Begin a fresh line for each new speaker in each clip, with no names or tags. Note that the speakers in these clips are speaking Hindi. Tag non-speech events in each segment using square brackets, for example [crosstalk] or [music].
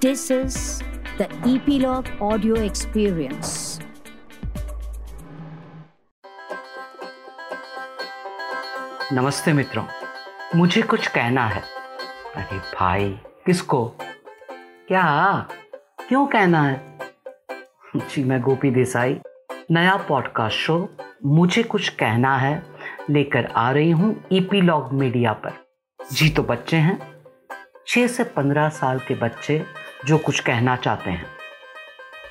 This is the Epilogue Audio Experience.
नमस्ते मित्रों मुझे कुछ कहना है अरे भाई किसको क्या क्यों कहना है जी मैं गोपी देसाई नया पॉडकास्ट शो मुझे कुछ कहना है लेकर आ रही हूँ ईपीलॉग मीडिया पर जी तो बच्चे हैं छः से पंद्रह साल के बच्चे जो कुछ कहना चाहते हैं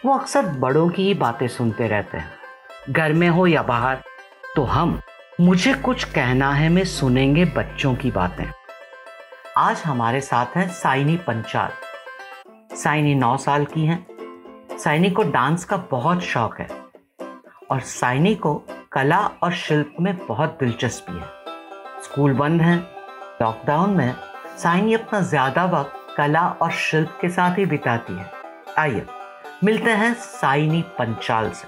वो अक्सर बड़ों की ही बातें सुनते रहते हैं घर में हो या बाहर तो हम मुझे कुछ कहना है में सुनेंगे बच्चों की बातें आज हमारे साथ हैं साइनी पंचाल साइनी नौ साल की हैं साइनी को डांस का बहुत शौक है और साइनी को कला और शिल्प में बहुत दिलचस्पी है स्कूल बंद हैं लॉकडाउन में साइनी अपना ज़्यादा वक्त कला और शिल्प के साथ ही बिताती है आइए मिलते हैं साइनी पंचाल से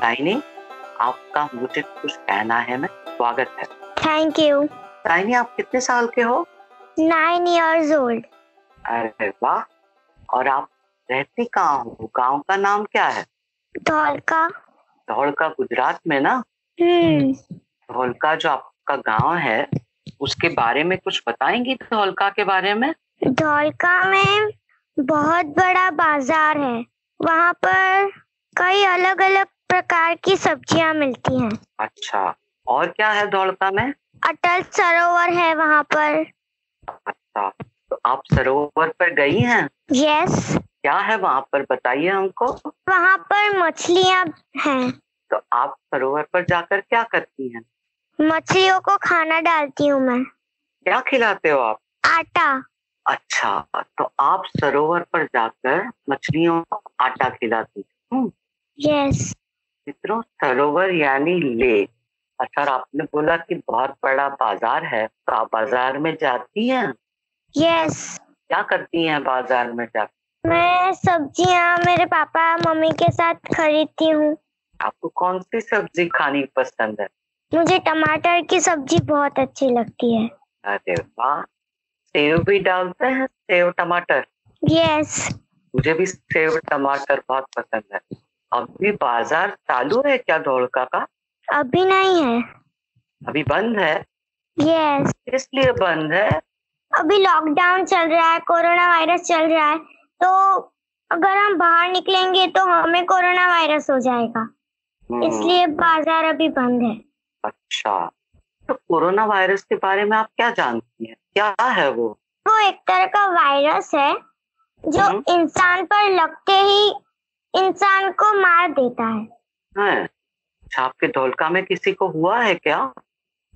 साइनी आपका मुझे कुछ कहना है मैं स्वागत है
थैंक यू
साइनी आप कितने साल के हो
नाइन years ओल्ड
अरे वाह और आप रहती कहाँ हो गांव का नाम क्या है
धौलका
धौलका गुजरात में ना
हम्म
धौलका जो आपका गांव है उसके बारे में कुछ बताएंगी धौलका के बारे में
धौलका में बहुत बड़ा बाजार है वहाँ पर कई अलग अलग प्रकार की सब्जियाँ मिलती हैं
अच्छा और क्या है धौलका में
अटल सरोवर है वहाँ पर
अच्छा तो आप सरोवर पर गई हैं
यस
क्या है वहाँ पर बताइए हमको
वहाँ पर मछलियाँ हैं
तो आप सरोवर पर जाकर क्या करती हैं
मछलियों को खाना डालती हूँ मैं
क्या खिलाते हो आप
आटा
अच्छा तो आप सरोवर पर जाकर मछलियों को आटा खिलाती
यस
मित्रों सरोवर यानी लेक अच्छा और आपने बोला कि बहुत बड़ा बाजार है तो आप बाजार में जाती हैं
यस
क्या करती हैं बाजार में जाकर
मैं सब्जियाँ मेरे पापा मम्मी के साथ खरीदती हूँ
आपको कौन सी सब्जी खानी पसंद है
मुझे टमाटर की सब्जी बहुत अच्छी लगती है
अरे वाह सेव भी डालते हैं सेव टमाटर
यस
मुझे भी सेव टमाटर बहुत पसंद है अभी बाजार चालू है क्या धोलका का
अभी नहीं है
अभी बंद है
यस
इसलिए बंद है
अभी लॉकडाउन चल रहा है कोरोना वायरस चल रहा है तो अगर हम बाहर निकलेंगे तो हमें कोरोना वायरस हो जाएगा
हम्म,
इसलिए बाजार अभी बंद है
अच्छा तो कोरोना वायरस के बारे में आप क्या जानती हैं क्या है वो
वो एक तरह का वायरस है जो
हम्म।
इंसान पर लगते ही इंसान को मार देता है
है अच्छा आपके धोलका में किसी को हुआ है क्या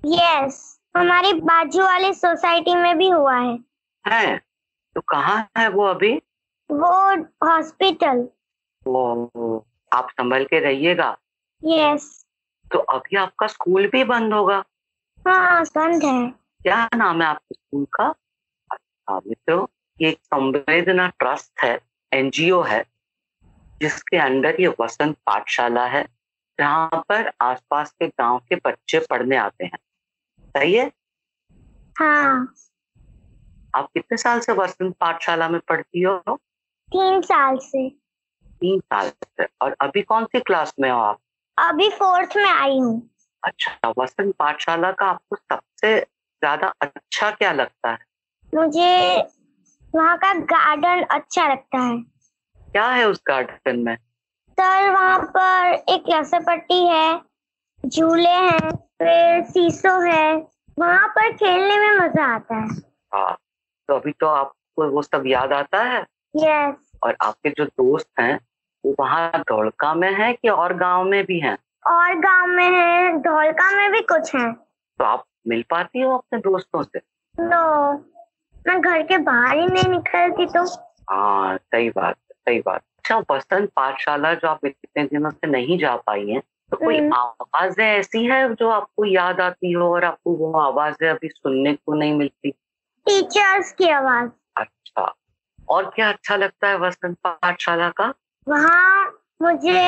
यस हमारी बाजू वाली सोसाइटी में भी हुआ है
है तो कहाँ है वो अभी
वो हॉस्पिटल
वो आप संभल के रहिएगा
यस
तो अभी आपका स्कूल भी बंद होगा
हाँ बंद है
क्या नाम है आपके स्कूल का अच्छा मित्रों ये एक संवेदना ट्रस्ट है एनजीओ है जिसके अंडर ये वसंत पाठशाला है जहाँ पर आसपास के गांव के बच्चे पढ़ने आते हैं सही है
हाँ
आप कितने साल से वसंत पाठशाला में पढ़ती हो
तीन साल से
तीन साल से और अभी कौन सी क्लास में हो आप
अभी फोर्थ में आई हूँ
अच्छा वसंत पाठशाला का आपको सबसे ज्यादा अच्छा क्या लगता है
मुझे वहाँ का गार्डन अच्छा लगता है
क्या है उस गार्डन में
सर वहाँ पर एक रसपट्टी है झूले हैं फिर सीसो है वहाँ पर खेलने में मजा आता है
हाँ तो अभी तो आपको वो सब याद आता है
यस
और आपके जो दोस्त हैं वो वहाँ धौड़का में है कि और गांव में भी हैं
और गांव में है धौलका में भी कुछ है
तो आप मिल पाती हो अपने दोस्तों से
नो मैं घर के बाहर ही नहीं निकलती तो
हाँ सही बात सही बात अच्छा बसंत पाठशाला जो आप इतने दिनों से नहीं जा पाई हैं तो कोई
हम्म।
आवाजें ऐसी है जो आपको याद आती हो और आपको वो आवाजें अभी सुनने को नहीं मिलती
टीचर्स की आवाज
अच्छा और क्या अच्छा लगता है वसंत पाठशाला का
वहाँ मुझे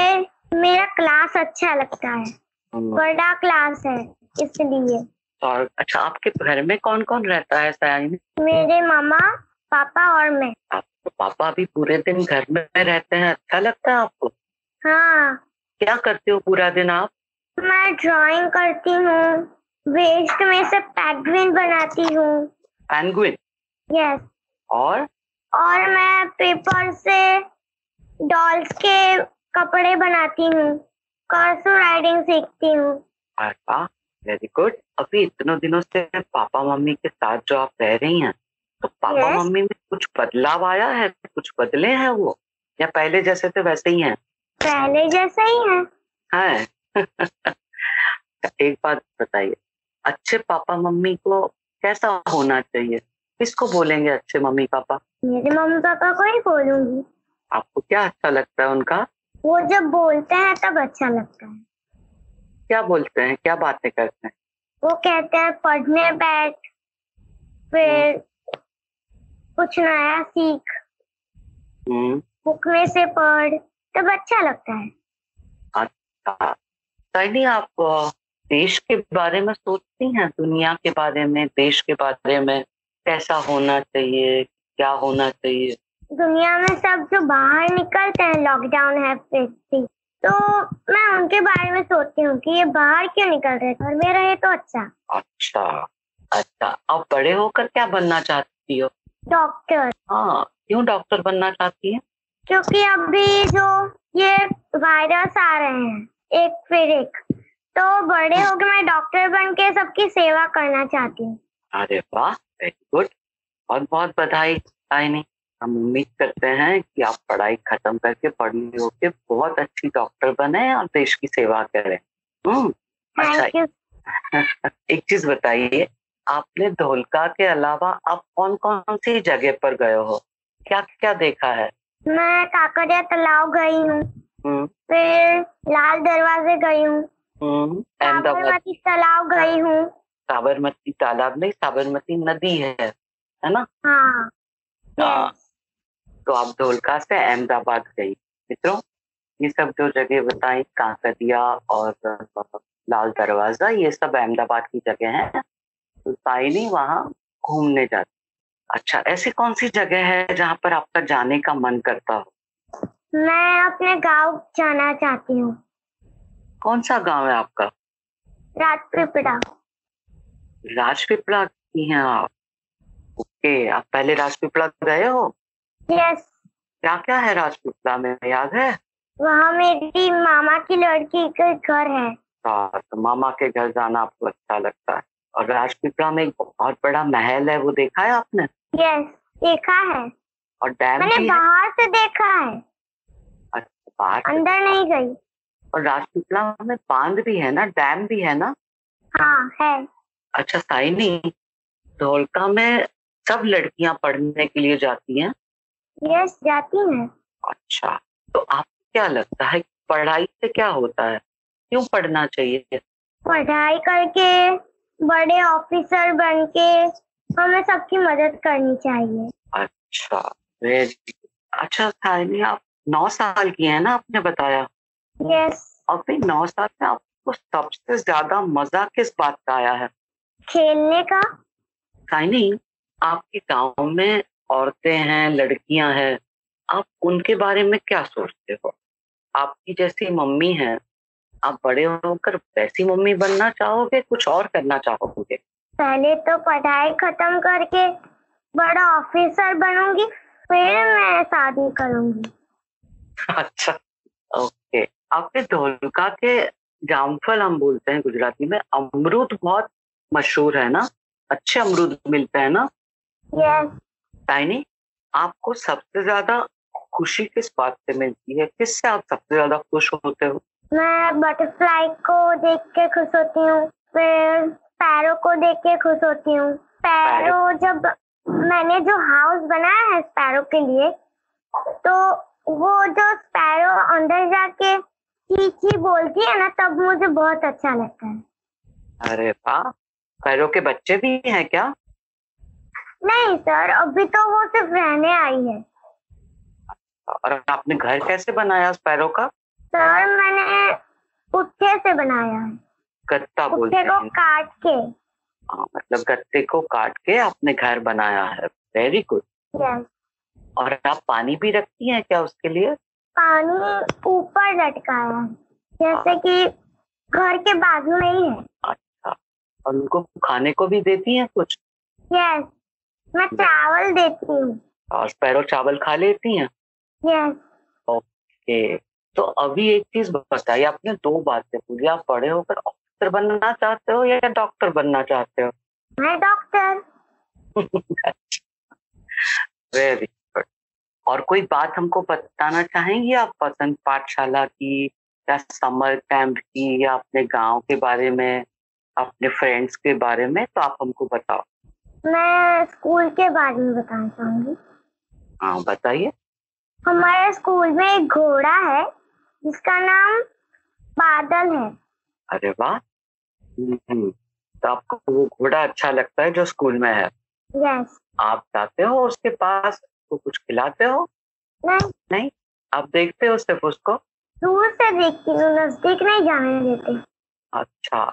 मेरा क्लास अच्छा लगता है
हम्म,
बड़ा क्लास है इसलिए
और अच्छा आपके घर में कौन कौन रहता है सयानी
मेरे मामा पापा और मैं
आप तो पापा भी पूरे दिन घर में रहते हैं अच्छा लगता है आपको
हाँ
क्या करते हो पूरा दिन आप
मैं ड्राइंग करती हूँ वेस्ट में से पेंगुइन बनाती हूँ
पेंगुइन
यस
और
और मैं पेपर से डॉल्स के कपड़े बनाती हूँ कर्सो राइडिंग सीखती हूँ
अरे वाह वेरी गुड अभी इतनों दिनों से पापा मम्मी के साथ जो आप रह रही हैं तो पापा
Yes.
मम्मी में कुछ बदलाव आया है कुछ बदले हैं वो या पहले जैसे थे वैसे ही हैं
पहले जैसा ही है
हैं [laughs] एक बात बताइए अच्छे पापा मम्मी को कैसा होना चाहिए किसको बोलेंगे अच्छे मम्मी पापा
मेरे मम्मी पापा को ही बोलूंगी
आपको क्या अच्छा लगता है उनका
वो जब बोलते हैं तब अच्छा लगता है
क्या बोलते हैं क्या बातें करते हैं
वो कहते हैं पढ़ने बैठ फिर कुछ नया सीख
हम्म,
बुक में से पढ़ तब अच्छा लगता है
हाँ। साइनी आप अ, देश के बारे में सोचती हैं दुनिया के बारे में देश के बारे में कैसा होना चाहिए क्या होना चाहिए
दुनिया में सब जो बाहर निकलते हैं लॉकडाउन है फिर भी तो मैं उनके बारे में सोचती हूँ कि ये बाहर क्यों निकल रहे घर में रहे तो अच्छा
अच्छा अच्छा आप बड़े होकर क्या बनना चाहती हो
डॉक्टर
हाँ क्यों डॉक्टर बनना चाहती है
क्योंकि अभी जो ये वायरस आ रहे हैं एक फिर एक तो बड़े होकर मैं डॉक्टर बन के सबकी सेवा करना चाहती हूँ
अरे वाह वेरी गुड बहुत बहुत बधाई साइनी हम उम्मीद करते हैं कि आप पढ़ाई खत्म करके पढ़ने होके बहुत अच्छी डॉक्टर बने और देश की सेवा करें हम्म अच्छा
थैंक यू
एक चीज बताइए आपने धोलका के अलावा आप कौन कौन सी जगह पर गए हो क्या क्या देखा है
मैं काकरिया तालाब गई हूँ
हम्म,
फिर लाल दरवाजे गई हूँ
हम्म, अहमदाबाद
साबरमती तालाब गई हूँ
साबरमती तालाब नहीं साबरमती नदी है है ना
हाँ
हाँ,
yes,
तो आप धोलका से अहमदाबाद गई मित्रों ये सब जो जगह बताई कांकरिया और अ, लाल दरवाजा ये सब अहमदाबाद की जगह है तो साइनी वहाँ घूमने जाती अच्छा ऐसी कौन सी जगह है जहाँ पर आपका जाने का मन करता हो
मैं अपने गांव जाना चाहती हूँ
कौन सा गांव है आपका
राजपीपड़ा
राजपीपला की हैं आप ओके आप पहले राजपीपला गए हो
यस
क्या क्या है राजपीपला में याद है
वहाँ मेरी मामा की लड़की का घर है
हाँ, तो मामा के घर जाना आपको अच्छा लगता है और राजपीपला में एक बहुत बड़ा महल है वो देखा है आपने
यस देखा है
और डैम
मैंने
भी है
बाहर से देखा है
अच्छा, बाहर से।
अंदर नहीं गई
और राजपीपला में बांध भी है ना डैम भी है ना
हाँ है
अच्छा साइनी धोलका में सब लड़कियां पढ़ने के लिए जाती हैं
यस जाती है
अच्छा तो आपको क्या लगता है कि पढ़ाई से क्या होता है क्यों पढ़ना चाहिए
पढ़ाई करके बड़े ऑफिसर बन के हमें सबकी मदद करनी चाहिए
अच्छा वेरी अच्छा सायनी आप नौ साल की है ना आपने बताया
यस
और फिर नौ साल में आपको सबसे ज्यादा मजा किस बात का आया है
खेलने का
साइनी आपके गांव में औरतें हैं लड़कियां हैं आप उनके बारे में क्या सोचते हो आपकी जैसी मम्मी है आप बड़े होकर वैसी मम्मी बनना चाहोगे कुछ और करना चाहोगे
पहले तो पढ़ाई खत्म करके बड़ा ऑफिसर बनूंगी फिर मैं शादी करूंगी
अच्छा ओके आपके धोलका के जामफल हम बोलते हैं गुजराती में अमरूद बहुत मशहूर है ना अच्छे अमरूद मिलते हैं ना
यस
ताइनी आपको सबसे ज्यादा खुशी किस बात से मिलती है किससे आप सबसे ज्यादा खुश होते हो
मैं बटरफ्लाई को देख के खुश होती हूँ फिर पैरों को देख के खुश होती हूँ पैरों जब मैंने जो हाउस बनाया है पैरों के लिए तो वो जो पैरों अंदर जाके ची ची बोलती है ना तब मुझे बहुत अच्छा लगता है
अरे वाह पैरों के बच्चे भी हैं क्या
नहीं सर अभी तो वो सिर्फ रहने आई है
और आपने घर कैसे बनाया उस पैरों का
सर मैंने पुट्ठे से बनाया है
गत्ता बोलते
पुट्ठे को
हैं
काट के
हाँ, मतलब गत्ते को काट के आपने घर बनाया है वेरी गुड
यस
और आप पानी भी रखती हैं क्या उसके लिए
पानी ऊपर लटका है जैसे कि घर के बाजू में ही है
और उनको खाने को भी देती हैं कुछ
यस मैं चावल देती हूँ
और स्पैरो चावल खा लेती हैं
यस
ओके तो अभी एक चीज बताइए आपने दो बातें पूछी आप बड़े होकर ऑफिसर बनना चाहते हो या डॉक्टर बनना चाहते हो
मैं डॉक्टर
वेरी गुड और कोई बात हमको बताना चाहेंगी आप पसंद पाठशाला की या समर कैंप की या अपने गांव के बारे में अपने फ्रेंड्स के बारे में तो आप हमको बताओ
मैं स्कूल के बारे में बताना चाहूंगी
हाँ बताइए
हमारे स्कूल में एक घोड़ा है जिसका नाम बादल है
अरे वाह हम्म, तो आपको वो घोड़ा अच्छा लगता है जो स्कूल में है
यस
आप जाते हो उसके पास उसको कुछ खिलाते हो
नहीं
आप देखते हो सिर्फ उसको
दूर से देखती हूँ नजदीक नहीं जाने देते
अच्छा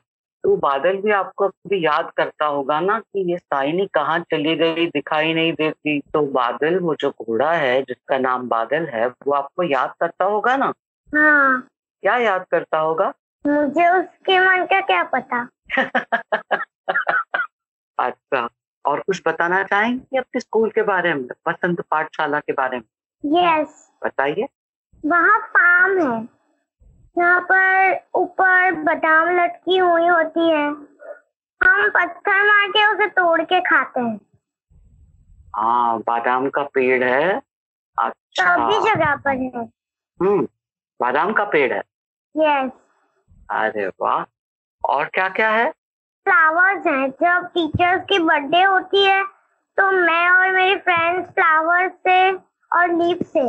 तो बादल भी आपको भी याद करता होगा ना कि ये साइनी कहाँ चली गई दिखाई नहीं देती तो बादल वो जो घोड़ा है जिसका नाम बादल है वो आपको याद करता होगा ना
हाँ
क्या याद करता होगा
मुझे उसके मन का क्या पता
अच्छा और कुछ बताना चाहेंगे अपने स्कूल के बारे में पसंद पाठशाला के बारे में
यस
बताइए
वहाँ फार्म है जहाँ पर ऊपर बादाम लटकी हुई होती है हम पत्थर मार के उसे तोड़ के खाते हैं
हाँ बादाम का पेड़ है
सभी
अच्छा
जगह पर है
हम्म बादाम का पेड़ है
यस
अरे वाह और क्या क्या है
फ्लावर्स हैं जब टीचर्स की बर्थडे होती है तो मैं और मेरी फ्रेंड्स फ्लावर्स से और लीफ से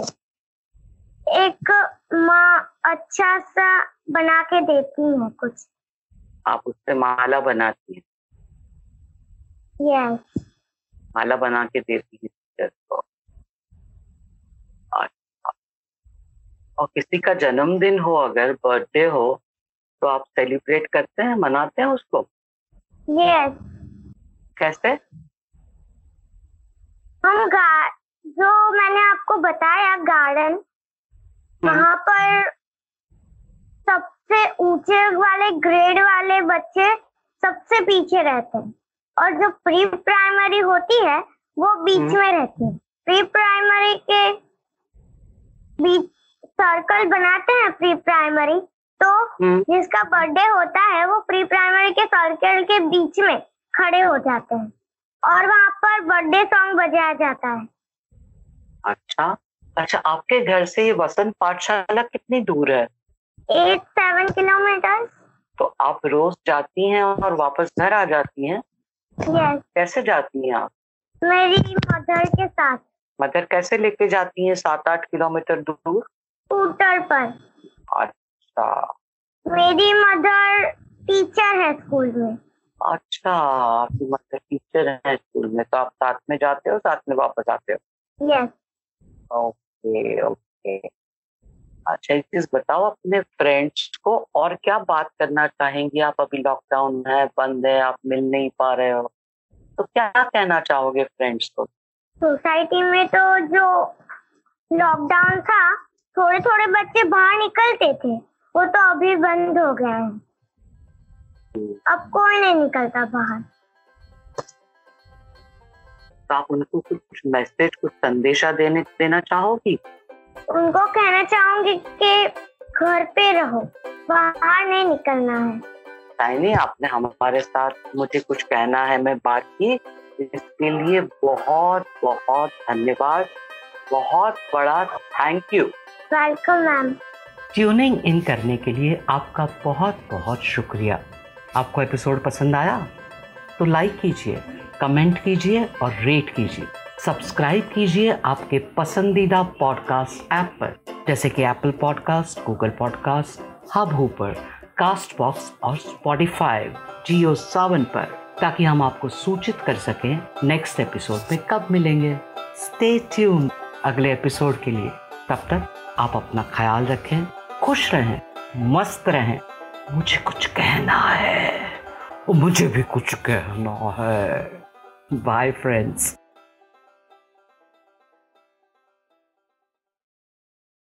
एक माँ अच्छा सा बना के देती है कुछ
आप उससे माला बनाती हैं
यस
माला बना के देती हैं टीचर को अच्छा। और किसी का जन्मदिन हो अगर बर्थडे हो तो आप सेलिब्रेट करते हैं मनाते हैं उसको
यस
कैसे
हम हाँ, गा जो मैंने आपको बताया गार्डन वहां पर सबसे ऊंचे वाले ग्रेड वाले बच्चे सबसे पीछे रहते हैं और जो प्री प्राइमरी होती है वो बीच
हम्म।
में रहती है प्री प्राइमरी के बीच सर्कल बनाते हैं प्री प्राइमरी तो
हम्म,
जिसका बर्थडे होता है वो प्री प्राइमरी के सर्कल के बीच में खड़े हो जाते हैं और वहाँ पर बर्थडे सॉन्ग बजाया जाता है
अच्छा अच्छा आपके घर से ये वसंत पाठशाला कितनी दूर है
एट सेवन किलोमीटर
तो आप रोज जाती हैं और वापस घर आ जाती हैं
यस
कैसे जाती हैं आप
मेरी मदर के साथ
मदर कैसे लेके जाती हैं सात आठ किलोमीटर दूर
स्कूटर पर
अच्छा
मेरी मदर टीचर है स्कूल में
अच्छा मतलब आपकी मदर टीचर है स्कूल में तो आप साथ में जाते हो साथ में वापस आते
यस
हो ओके ओके अच्छा एक चीज बताओ अपने फ्रेंड्स को और क्या बात करना चाहेंगी आप अभी लॉकडाउन है बंद है आप मिल नहीं पा रहे हो तो क्या कहना चाहोगे फ्रेंड्स को
सोसाइटी में तो जो लॉकडाउन था थोड़े थोड़े बच्चे बाहर निकलते थे वो तो अभी बंद हो गया है अब कोई नहीं निकलता बाहर
तो आप उनको कुछ मैसेज कुछ संदेशा देने देना चाहोगी
उनको कहना चाहूंगी कि घर पे रहो बाहर नहीं निकलना है
साइनी आपने हमारे साथ मुझे कुछ कहना है मैं बात की इसके लिए बहुत बहुत धन्यवाद बहुत बड़ा thank you
welcome ma'am
tuning in करने के लिए आपका बहुत बहुत शुक्रिया आपको एपिसोड पसंद आया तो लाइक कीजिए कमेंट कीजिए और रेट कीजिए सब्सक्राइब कीजिए आपके पसंदीदा पॉडकास्ट ऐप पर जैसे कि Apple podcast Google podcast hub पर कास्ट बॉक्स और स्पॉटिफाई जियो सावन पर ताकि हम आपको सूचित कर सकें नेक्स्ट एपिसोड में कब मिलेंगे स्टे ट्यून अगले एपिसोड के लिए तब तक आप अपना ख्याल रखें खुश रहें मस्त रहें मुझे कुछ कहना है मुझे भी कुछ कहना है बाय फ्रेंड्स